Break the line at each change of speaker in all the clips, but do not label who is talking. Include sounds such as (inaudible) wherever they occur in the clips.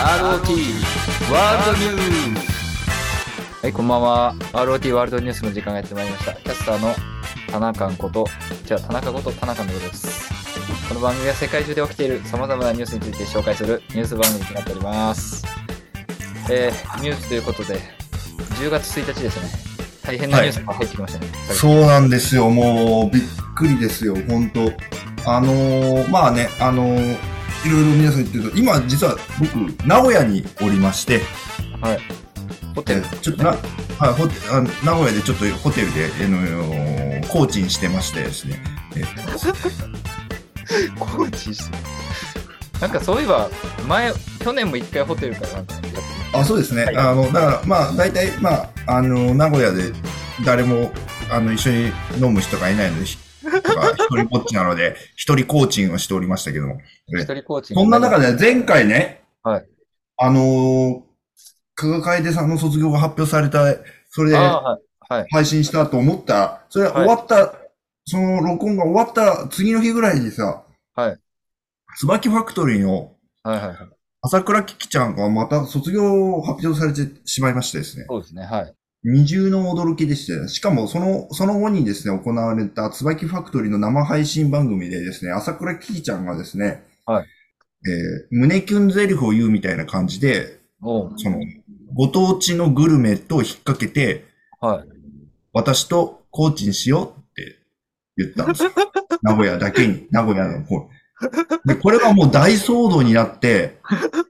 ROT ワールドニュース
はい、こんばんは。ROT ワールドニュースの時間がやってまいりました。キャスターの田中こと、じゃあ田中こと田中のことです。この番組は世界中で起きている様々なニュースについて紹介するニュース番組となっております。えー、ニュースということで、10月1日ですね。大変なニュースが入ってきましたね。
そうなんですよ。もう、びっくりですよ。本当あのーまあね、あのーいろいろ皆さん言ってると、今、実は僕、名古屋におりまして、
はい。ホテ
え
ル。
ーちょっとな、はい、ホテあ名古屋でちょっとホテルで、えーのー、コーチンしてましてですね。えー
コーチしてなんかそういえば、前、去年も一回ホテルからなんかやってる
あ、そうですね。
はい
あの、だから、まあ、大体、まあ、あのー名古屋で誰も、あの、一緒に飲む人がいないので、ひとか一人ぼっちなので、一人コーチンをしておりましたけども。え
一人コーチ
そんな中
で。
で前回ね、
はい
あのー、加賀楓さんの卒業が発表された、それで
ああ、はい。はい。
配信したと思った、それは
はい
終わった、その録音が終わった次の日ぐらいにさ、
はい
椿ファクトリーの
はいはいはい。
朝倉キキちゃんがまた卒業を発表されてしまいましてですね、
そうですね。はい。
二重の驚きでして、しかもその、その後にですね、行われた椿ファクトリーの生配信番組でですね、朝倉キキちゃんがですね、
はい
えー胸キュンゼリフを言うみたいな感じで、
おう
その、ご当地のグルメと引っ掛けて、
はい。
私とコーチにしようって言ったんで
(laughs)
すよ。名古屋だけに、名古屋の方。で、これがもう大騒動になって、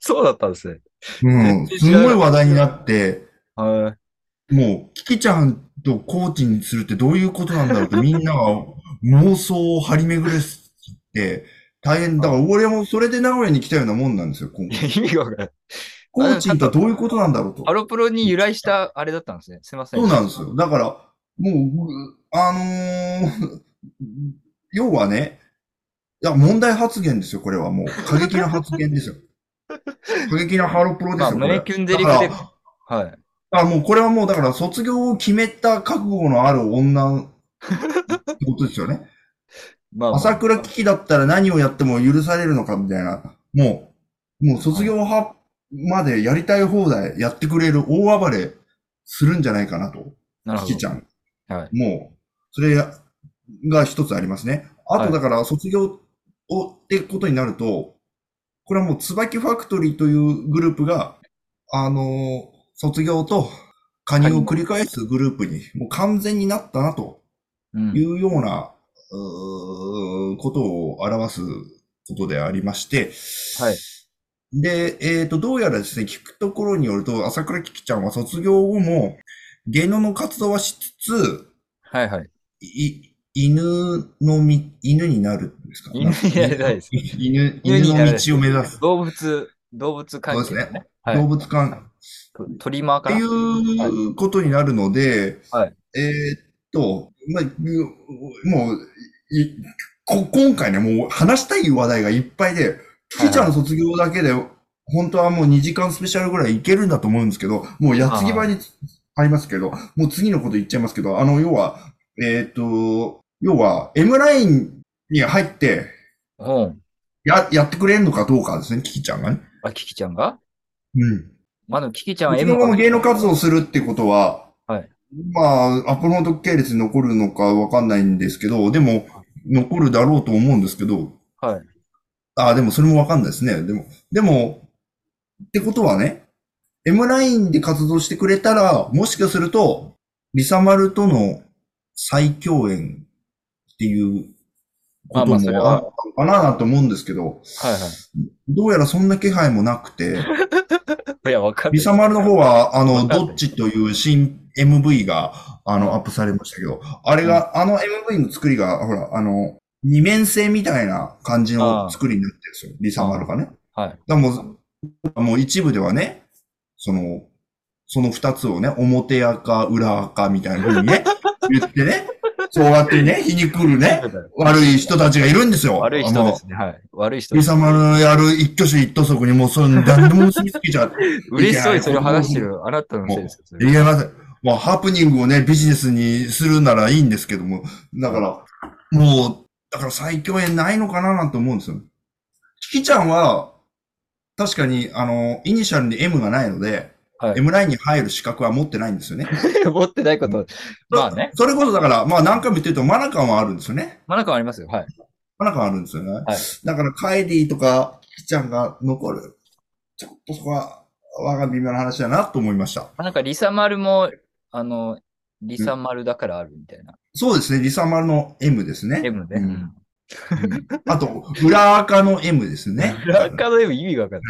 そうだったんですね。 (laughs)
うん、すごい話題になって、
はい。
もう、キキちゃんとコーチにするってどういうことなんだろうってみんなが妄想を張り巡らせて、大変。だから俺もそれで名古屋に来たようなもんなんですよ、今
い
回
や意味がわからない。
コーチンとはどういうことなんだろうと
ハ。ロプロに由来したあれだったんですね。すいません。
そうなんですよ。だから、もう、あのー (laughs) 要はね、いや、問題発言ですよ、これはもう。過激な発言 (laughs) ですよ。過激なハロプロで
まあ、
すよ、これ。
胸キュンデリフ
だ
で。
か
はい。
らあ、もうこれはもう、だから、卒業を決めた覚悟のある女、ってことですよね。
まあ、
朝倉危機だったら何をやっても許されるのかみたいな、もう、もう卒業派までやりたい放題やってくれる大暴れするんじゃないかなと、
なるほ
キキちゃ
ど。
ん。
はい。
もう、それが一つありますね。あ
はい
とだから卒業をってことになると、これはもう椿ファクトリーというグループが、あのー卒業と加入を繰り返すグループにもう完全になったなと
う
い
ん。
うような、うーことを表すことでありまして、
はい。
で、えっ、と、どうやらですね、聞くところによると、朝倉キキちゃんは卒業後も芸能の活動はしつつ、
はいはい。
い、犬のみ、犬になるんですか
犬になりたいです。犬
犬、犬
になりたい
の
です
道を目指す。
動物、動物関係
そう
の
です
ね。は
動
い。
物館
とトリマー
っ
か
て
な。
いうことになるので、
はい
えーっと、まあ、もう、いこ今回ね、もう話したい話題がいっぱいで、キキちゃんの卒業だけで、本当はもう2時間スペシャルぐらいいけるんだと思うんですけど、もう矢継ぎ早にありますけど、もう次のこと言っちゃいますけど、あの、要は、えーっと、要は、M ラインに入って、
うん。
や、やってくれるのかどうかですね、キキちゃんがね。
あ、キキちゃんが
うん。
まあ、でもキキちゃんは
自
M か
分が
な
芸能活動をするってことは、
はい
まあ、アップロード系列に残るのかわかんないんですけど、でも、残るだろうと思うんですけど、
はい。
ああ、でもそれもわかんないですね。でも、でも、ってことはね、M ラインで活動してくれたら、もしかすると、リサマルとの再共演っていうこと
まあま
も
あそれは
ああかなと思うんですけど、
はいは
どうやらそんな気配もなくて、
い。 (laughs) いや、わかんない。
リサマルの方は、
わ
あの、
かんない
どっちという新 MV が、あの、アップされましたけど、あれが、あの MV の作りが、ほら、あの、二面性みたいな感じ
ああ
の作りになってるんですよ。リサマルがね。
はい。
だからもう、もう一部ではね、その、その二つをね、表やか裏垢みたいな風
(laughs)
にね、言ってね、そうやってね、皮肉るね、悪い人たちがいるんですよ。
悪い人ですね。はい。悪い人で
リ
す。
サマルやる一挙手一投足にもうそれ何でも結びつけちゃって、
嬉しそうにそれを話してるあなたのせいですよそれ
いや、まず、まあ、ハプニングをね、ビジネスにするならいいんですけども、だから、もう、だから最強演ないのかななんて思うんですよ。キキちゃんは、確かに、あの、イニシャルに M がないので、
はい
M ラインに入る資格は持ってないんですよね。
(laughs) 持ってないこと。まあね。
それこそだから、まあ何回も言ってると、マナカンはあるんですよね。
まあなんかありますよ。はい。
マナカンあるんですよね。
い
だから、カイリーとか、キキちゃんが残る。ちょっとそこは、我が微妙な話だなと思いました。
まあなんかリサマルも、あの、リサマルだからあるみたいな。
そうですね、リサマルの M ですね。
M ね。
う
うんん。
あと、裏垢の M ですね。
裏垢の M 意味がわかん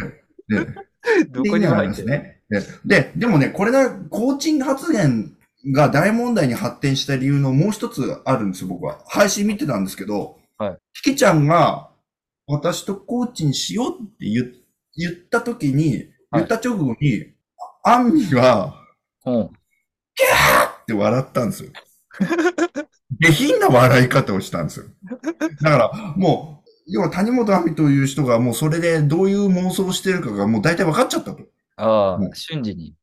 ね
な
(laughs)
い。どこにも入
ま
って
す
ない。
ね。でで、でもね、これだ、コーチング発言が大問題に発展した理由のもう一つあるんですよ、僕は。配信見てたんですけど、
はい
キキちゃんが、私とコーチにしようって言言った時に、
は
言
い
った直後に、あアンミは、
うん。
って笑ったんですよ。下品な笑い方をしたんですよ。だから、もう、要は谷本亜美という人がもうそれでどういう妄想をしてるかがもう大体分かっちゃったと。
あ
う
あ、瞬時に。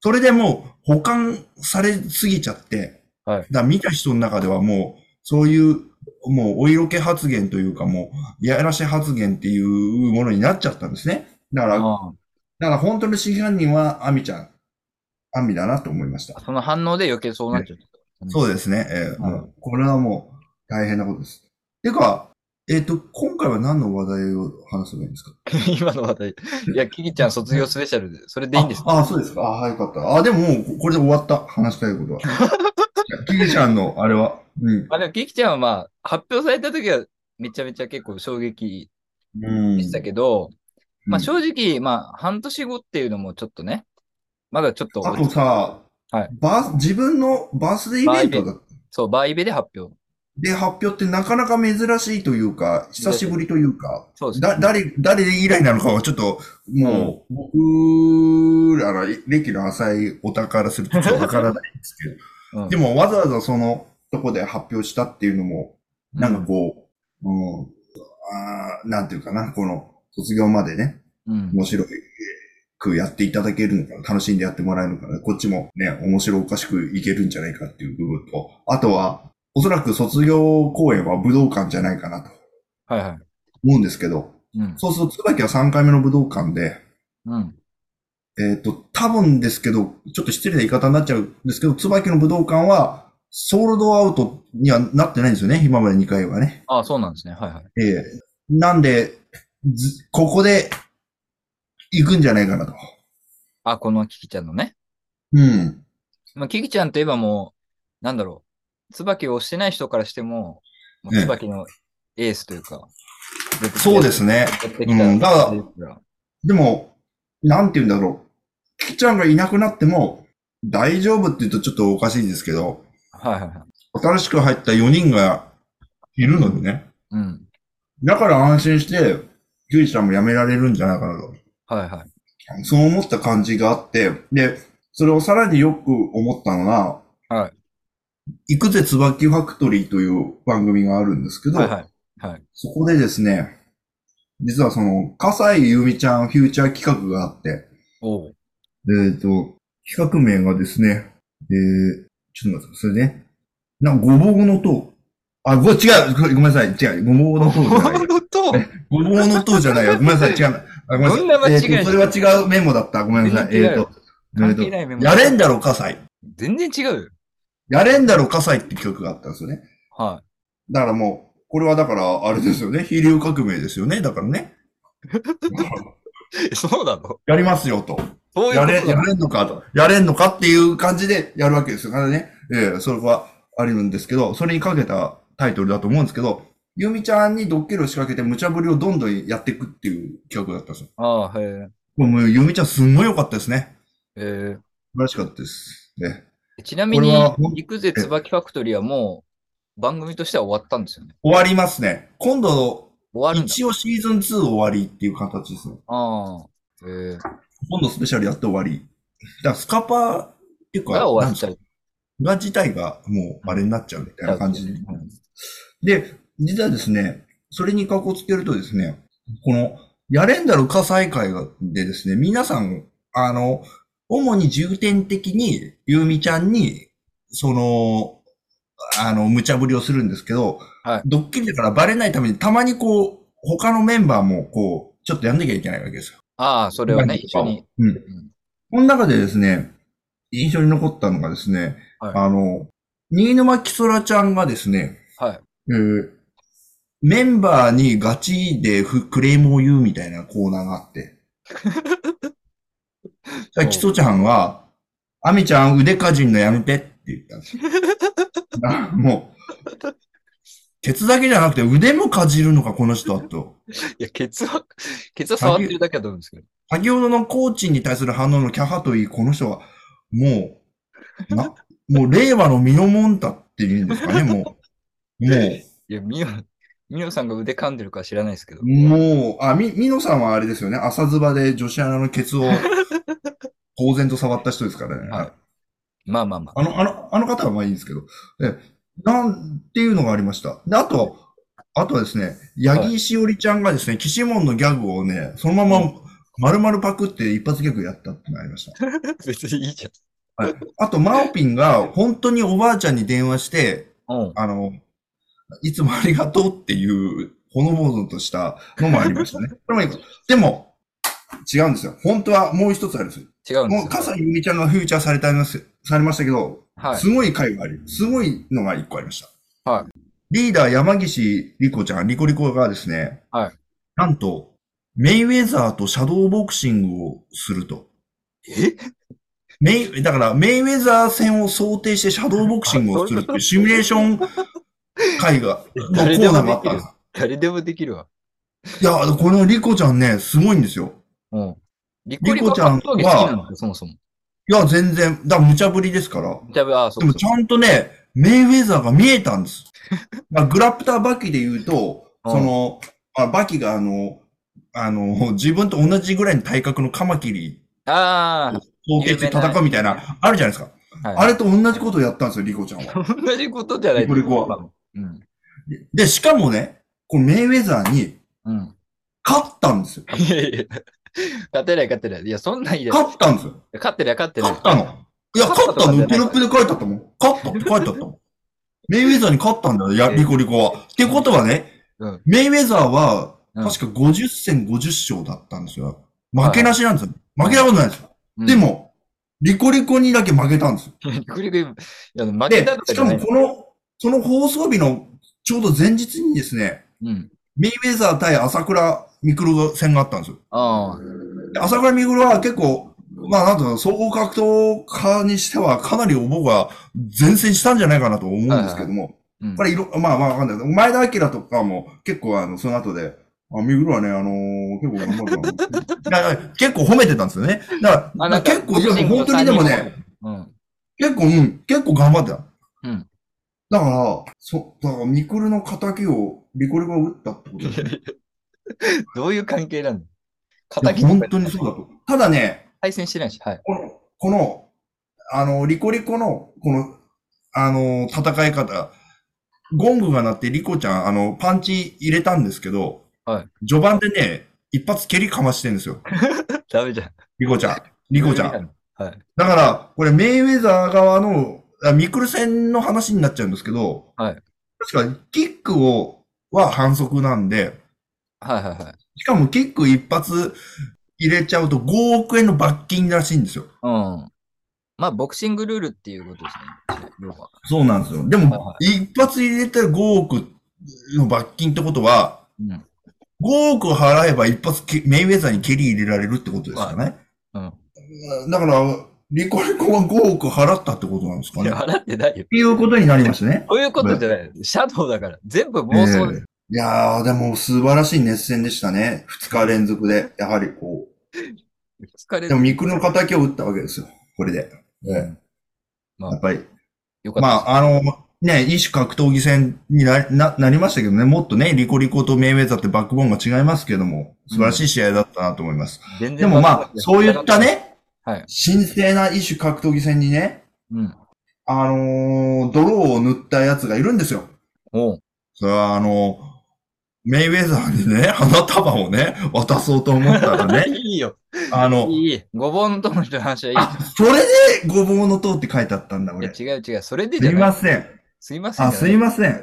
それでもう保管されすぎちゃって、
はい
だから見た人の中ではもう、そういう、もうお色気発言というかもう、いやらしい発言っていうものになっちゃったんですね。だから、だか
あ
ら本当の真犯人は亜美ちゃん、亜美だなと思いました
あ。その反応で余計そうなっちゃった。
そうですね。えー
はい
もうこれはもう大変なことです。てか、えっ、と、今回は何の話題を話せばいいんですか
(laughs) 今の話題。いや、キキちゃん卒業スペシャルで、それでいいんですか
ああ、そうですか。ああ、よかった。ああ、でももうここれで終わった。話したい
(laughs)
ことは。いやキキちゃんの、あれは。うん。
まあでも、キキちゃんはまあ、発表された時は、めちゃめちゃ結構衝撃
うん
でしたけど、
うん
まあ正直、まあ、半年後っていうのもちょっとね、まだちょっと、
あとさ、
はい
バース自分のバースデーイベントだ
そう、バイベで発表。
で発表ってなかなか珍しいというか、久しぶりというか、
そうですね
だ誰、誰以来なのかはちょっと、もう、僕らの歴の浅いお宝するとちょっとわからないんですけど、 (laughs)
うん
でもわざわざそのとこで発表したっていうのも、なんかこう、うん、あーなんていうかな、この卒業までね、
うん。
面白くやっていただけるのかな、楽しんでやってもらえるのかな、こっちもね、面白おかしくいけるんじゃないかっていう部分と、あとは、おそらく卒業公演は武道館じゃないかなと
はいはい。
思うんですけど、
うん。
そうすると椿は3回目の武道館で、
うん。
えっ、と、多分ですけど、ちょっと失礼な言い方になっちゃうんですけど、椿の武道館は、ソールドアウトにはなってないんですよね、今まで2回はね。
ああ、そうなんですね。はいはい。
ええなんで、ずここで、行くんじゃないかなと。
あ、このキキちゃんのね。
うん。
まあ、キキちゃんといえばもう、なんだろう。椿を推してない人からしても、もう
ええ
椿のエースというか。
そうですね。
やってきた
うんだから
ですら
でも、なんて言うんだろう。キキちゃんがいなくなっても、大丈夫って言うとちょっとおかしいですけど、
はいはいはい。
新しく入った4人がいるのでね。
うん。
だから安心して、キュウイちゃんも辞められるんじゃないかなと。
はいはい。
そう思った感じがあって、で、それをさらによく思ったのが、。
はい
行くぜ椿ファクトリーという番組があるんですけど、
はいはい。はい。
そこでですね、実はその、笠井由美ちゃんフューチャー企画があって、
おう。
えっ、と、企画名がですね、えー、ちょっと待ってくださいね。なんか、ごぼうの塔。あ、ご、違う、ごごめんなさい、違う、ごぼうの塔じゃない。
と、
ごぼうの塔じゃないよ。ごめんなさい、違う。あごめんなさい。
どんな間違いですか
えーとそれは違うメモだった。ごめんなさい。
全
え
然違う
っと
よ、
え
関
ーと
係ないメモ。
やれんだろ、火災。
全然違うよ。
やれんだろ、火災って曲があったんですよね。
は
だからもう、これはだから、あれですよね。飛竜革命ですよね。だからね。 (laughs)
い。そうなの
やりますよと。
そういう
や
こと
れ、や
なの
れんのかと。やれんのかっていう感じでやるわけですよ。だからね。えーそれはあるんですけど、それにかけたタイトルだと思うんですけど、ゆみちゃんにドッキリを仕掛けて無茶ぶりをどんどんやっていくっていう企画だったんですよ。
ああ、へ
もう、ゆみちゃんすんごい良かったですね。
え。え
素晴らしかったです。ね。
ーちなみに
これは、ほん
行くぜ椿ファクトリーはもう、番組としては終わったんですよね。
終わりますね。今度、
終わるんだ。
一応シーズン2終わりっていう形ですね。
ああ。えー、
今度スペシャルやって終わり。だからスカパーっていうか、
が終わっちゃ
なんですか
う。
が自体がもうあれになっちゃうみたいな感じで。
うん
で、実はですね、それに格好つけるとですね、この、やれんだろ火災会がでですね、皆さん、あの、主に重点的に、ゆうみちゃんに、その、あの、無茶ぶりをするんですけど、
はい
ドッキリだからバレないために、たまにこう、他のメンバーもこう、ちょっとやんなきゃいけないわけですよ。
ああ、それをね、一緒に。
この中でですね、印象に残ったのがですね、
はい
あの、新沼キソラちゃんがですね、
はい。
えーメンバーにガチでふクレームを言うみたいなコーナーがあ
(laughs)
って。だからキソちゃんは、アミちゃん腕かじんのやめてって言ったんですよ。
(laughs)
あもう、ケツだけじゃなくて腕もかじるのか、この人はと。
いや、ケツは、 (laughs) ケツは触ってるだけだと思うんですけど。
先ほどのコーチに対する反応のキャハといい、この人は、もう、な、もう令和のミノモンタっていうんですかね、もう。もう。
いや、ミノ、ミノさんが腕噛んでるかは知らないですけど。
もう、あ、み、みのさんはあれですよね。朝ズバで女子アナのケツを公然と触った人ですからね。
はいまあまあまあ。
あの、あの、あの方はまあいいんですけど。え、なんていうのがありました。で、あと、あとはですね、八木しおりちゃんがですね、岸門のギャグをね、そのま
う
ま丸々パクって一発ギャグやったってのがありました。
(laughs) 別にいいじ
あと、マオピンが本当におばあちゃんに電話して、
ゃん。うん。
あの、いつもありがとうっていう、ほのぼのとしたのもあり
(laughs)
ましたね。これもいいことでも、違うんですよ。本当はもう一つあるんですよ。
違うんで
も
す
う、
よ。
笠井ゆみちゃんがフューチャーされたます、されましたけど、
はい。
すごい回があり、すごいのが一個ありました。
はい
リーダー山岸リコちゃん、リコリコがですね、
はい
なんと、メイウェザーとシャドーボクシングをすると。
え (laughs)
メイ、だから、メイウェザー戦を想定してシャドーボクシングをするっていうシミュレーション会が、のコ
(laughs) 誰
ー
で
ナ
も
ーがあ
できる
ったんです。。
誰でもできるわ。
いや、このリコちゃんね、すごいんですよ。
うん。リコリコ
リコちゃんは
格闘技好きなのそもそも。
いや、全然、だから無茶ぶりですから。
じゃあ、あそ
で
う
も
か
ちゃんとね、メイウェザーが見えたんです。まあ、グラプターバキで言うと、
うん
その、まあ、バキがあの、あの、自分と同じぐらいの体格のカマキリ
ああ、
を受けて戦うみたい
有名
な、あるじゃないですか。
はい、
あれと同じことをやったんですよ、リコちゃんは。
同じことじゃない
リコリコ
まあうん。
で、しかもね、このメイウェザーに
うん。 (laughs)
勝ったんですよ。
いやいや勝てない勝てない。いや、そんなんいいや。
勝ったんですよ。
勝ってない勝ってない。
勝ったの。いや、
勝
勝
っ
ったた
とか
の。
じゃ
テ
ない
ロップで書いてあったもん。勝ったって書いてあったもん。メイウェザーに勝ったんだよ、や
えー
リコリコは。ってことはね、
うん
メイウェザーは、
うん
確か50戦50勝だったんですよ。負けなしなんですよ。負けたことないんですよ。
うん
で、も、リコリコにだけ負けたんですよ。
リコリコ、いや負け
で
たと、か
し
じゃ
か
ない
も。この、その放送日のちょうど前日にですね、
うん。
メイウェザー対朝倉未来戦があったんですよ。
ああ、
で朝倉未来は結構、まあなんと総合格闘家にしてはかなり僕は前線したんじゃないかなと思うんですけども、
うん
やっぱ。りいろ、まあまあわかんないけど。前田明とかも結構あの、その後で、あ、ミグルはね、あのー結構頑張る
(laughs)
なだから。結構褒めてたんですよね。だから、
あなんか
結構、いや本当にでもね、。
うん。
結構、うん、結構頑張ってた。
うん。
だから、そ、だから、ミクルの仇をリコリコが打ったってことだよね。
どういう関係なの
いや本当にそうだと。ただね、
対戦してないし、はい。
この、この、あの、リコリコの、この、あの、戦い方、ゴングが鳴ってリコちゃん、あの、パンチ入れたんですけど、
はい
序盤でね、一発蹴りかましてるんですよ。
ダメじゃん。
リコちゃん。リコちゃん。
ん。はい。
だから、これ、メイウェザー側の、あミクル戦の話になっちゃうんですけど、
はい
確か、キックを、は反則なんで、
はいはいはい。
しかもキック一発入れちゃうと5億円の罰金らしいんですよ。
うん。まあ、ボクシングルールっていうことですね。要は。
そうなんですよ。で
は
も、一発入れたら5億の罰金ってことは、
うん。
5億払えば一発けメイウェザーに蹴り入れられるってことですよね。
うん。
だから、リコリコは5億払ったってことなんですか
い
ね。
や、
っ
笑ってないよ。
ていうことになりますね。
そういうことじゃない。シャドウだから。全部妄想
ええいやー、でも素晴らしい熱戦でしたね。2日連続で、やはりこ
疲れ
う。で
る
も、。ミクルの敵を打ったわけですよ。これで。ええ
まあ
やっぱり。
よかった。
まあ、あの、ね、一種格闘技戦になななりましたけどね、もっとね、リコリコとメイウェザーってバックボーンが違いますけども、素晴らしい試合だったなと思います。
全然
でもまあ、そういった。ね、
はい
神聖な一種格闘技戦にね、
うん。
あのー、ドローを塗ったやつがいるんですよ。
おう
それはあのメイウェザーにね、花束をね、渡そうと思ったら
(laughs)
ね、
いいよ。
あの、
いい。ごぼうの友の話はいい。
あ、それでごぼうの塔って書いてあったんだ、
い
俺。
や
す
違う違う、それでじゃ
い
ない。
ません。
すいません。
あ、すい
せん
ません。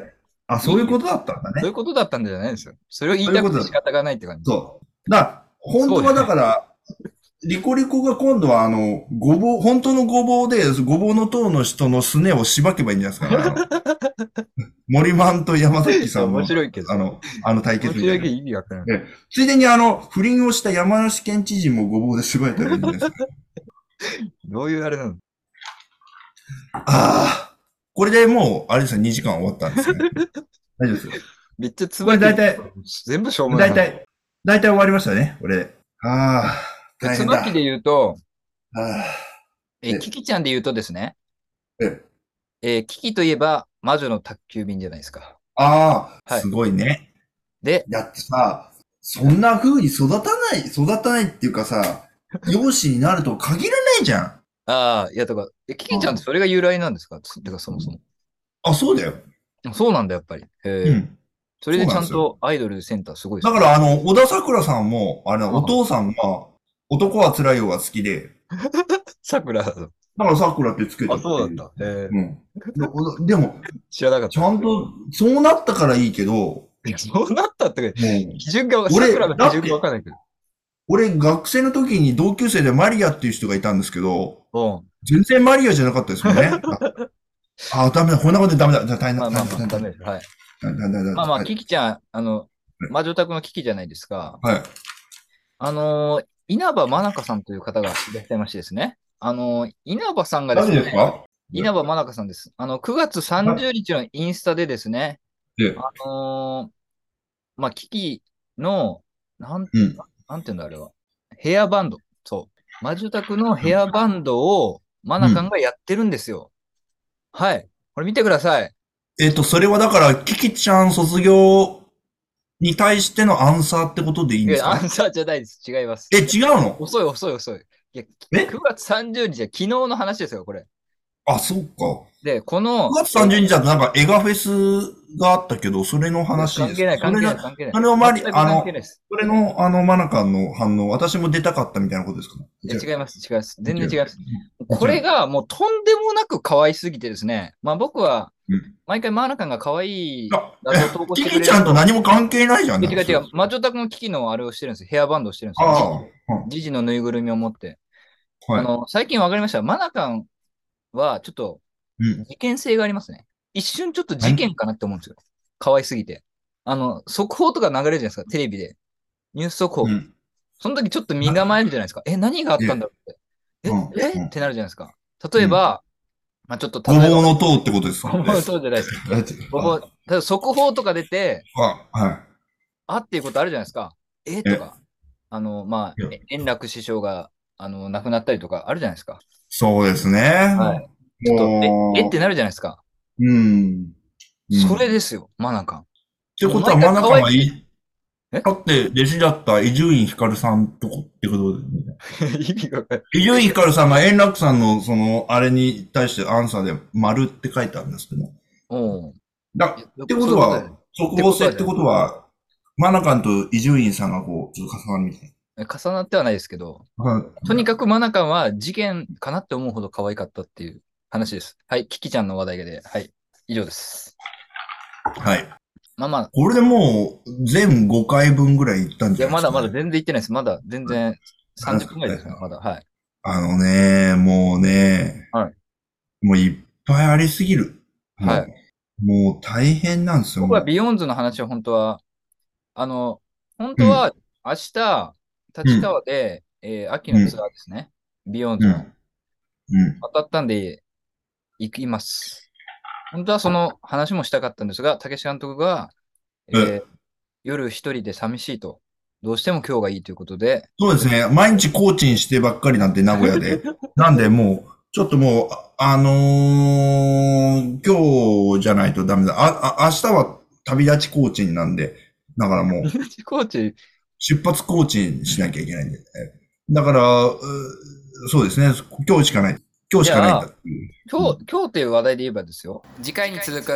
あ、そういうことだったんだ
じゃない。
ね
そうい。うことだったんじゃないんですよ。それを言いたくて仕方がないって感じ。
そう。だから本当はだから、リコリコが今度はあの、ごぼう、本当のごぼうで、ごぼうの塔の人のすねをしばけばいいんじゃないですかね (laughs) あの。森マンと山崎さんの
面、白いけど。
あの、あの対
面
決み
白
た
い
い
けど
な。
意味わからない。
ついでにあの、不倫をした山梨県知事もごぼうでしばいたらいいんじ
(laughs)
ゃないですか。
どういうあれなの
ああ、これでもう、あれですよ、2時間終わったんですね。大丈夫で
(laughs)
すよ。
めっちゃつ
こ
ば
れ
いて
大
る
体、
全部しょうもない。
大。体、大体終わりましたね、これ。ああ、大
つ
変
ば
だ
き。で言うと、
あ
え、
え
キキちゃんで言うとですね、
え
えーキキといえば、魔女の宅急便じゃないですか。
ああ
は
あ、
い
すごいね。
で、
だってさ、そんな風に育たない、育たないっていう
(laughs)
かさ、容姿になると限らないじゃん。
ああ、いや、とか、え、キキちゃんってそれが由来なんですかつてか、そもそも。
あ、そうだよ。
そうなんだ、やっぱり。へえ、
うん。
それでちゃん
そうな
とアイドルセンターすごいです
だ
ね
から、あの、小田桜さんも、あの、
ああ
お父さんが、男は辛いよが好きで、
さくらだと。
だから桜ってつけて
あ、そうなんだ。へえ
うん。ででも、
知らなかった。
ちゃんと、そうなったからいいけど、も
いやそうなったって、
う、
基準が、
俺
さくらの基準がわかんないけど。
俺、学生の時に同級生でマリアっていう人がいたんですけど、
うん。
全然マリアじゃなかったですもんね。ああ、ダメだ。こんなことでダメだ。じゃあ大変
ま
だ。
あまあまあ、ダ
大変だ大変だ
メです。はい。
大変だ。
まあまあ、
はい
キキちゃん、あの、魔女宅のキキじゃないですか。
はい。
あのー稲葉真中さんという方がいらっしゃいましてですね。あのー稲葉さんがで
何
す
です
ね、
か
稲葉真中さんです。あの、9月30日のインスタでですね、
ええ
あのーまあ、キキの、なん、
うん
なんていうんだ、あれは。ヘアバンド。そう。魔女宅のヘアバンドを、真中がやってるんですよ。はい。これ見てください。
えっと、それはだから、キキちゃん卒業に対してのアンサーってことでいいん
い
です
や、ア
か
ンサーじゃないです。違います。
え、違うの
遅い遅い遅い。いや、
え
9月30日は昨日の話ですよ、これ。
あ、そうか。
で、この、
9月30日だとなんか、エガフェスがあったけど、それの話ですか
関係ない、関係ない、関係ない。
それのそれの周り
全く
あの
関係ないです。
それの、あの、マナカンの反応、私も出たかったみたいなことですか
いや
違う
違います、違います。全然違います。
うん
これがもうとんでもなく可愛すぎてですね。まあ僕は
うん、
毎回マーナカンが可愛い
あ
画像を投稿し
キ
てくれ
キ
る。
ちゃんと何も関係ないじゃん。
違う違う、魔女宅の危機のあれをしてるんですよ。ヘアバンドをしてるんです
あ
よ。ジジのぬいぐるみを持って。
あ、は
あ
い。
の、最近わかりました。マーナカンはちょっと
うん
事件性がありますね。一瞬ちょっと事件かなって思うんですよ。可愛すぎて。あの、速報とか流れるじゃないですか、テレビで。ニュース速報。
うん
その時ちょっと身構えるじゃないですか。え、何があったんだろうって。え、
うん
え
うん
ってなるじゃないですか。例えば、まあちょっと
ご
例えば、
ぼうの塔ってことですか
ごぼうの塔じゃないです。ごぼう、例えば速報とか出て、
あ、はい。
あっていうことあるじゃないですか。えとか、あの、まあ
う、
え円楽師匠が、あの、亡くなったりとかあるじゃないですか。
そうですね。
はいちょっ
も
と、
う
え、えってなるじゃないですか。
うん。うん
それですよ、マナカ
(laughs)
ン。
ってことは、真ん中
可
は
愛い
い、
え
だって、弟子だった伊集院光さんとこってことで、
意味がわかんない
伊集院光さんが円楽さんの、その、あれに対してアンサーで、丸って書いてあるんですけど。
おう
だ
いや
ってことは、即合性ってことは、真中と伊集院さんがこう、ちょっと重なるみたい
重なってはないですけど、
な。
とにかくマナカンは事件かなって思うほど可愛かったっていう話です。はい、キキちゃんの話題で、はい、以上です。
はい。
まあまあ、
これでもう、全5回分ぐらい行ったん
い
じゃ
や、
な
ま
いで
す
か、
だまだ全然言ってないです。まだ全然30分ぐらいですね、まだ。はい。
あのね、もうね、
はい
もういっぱいありすぎる。
はい
もう。もう大変なんですよ。
僕は
もう
ビヨーンズの話を本当は、あの、本当は明日、立川で、えー秋のツアーですね。ビヨーンズ
う
の
ん。うん。
当たったんで、行きます。本当はその話もしたかったんですが、武志監督が、えー夜一人で寂しいと、どうしても今日がいいということ
(laughs)
で、
そうですね。毎日コーチンしてばっかりなんで、名古
(laughs)
屋で。なんで、もう、ちょっともう、ああのー今日じゃないとダメだ。あ、あ、明日は旅立ちコーチンなんで、だか
(laughs)
らもう、
コーチ、
出発コーチンしなきゃいけないんで。だから、うそうですね。今日しかない。今日しかないんだっていう。
今日、今日という話題で言えばですよ。次回に続く。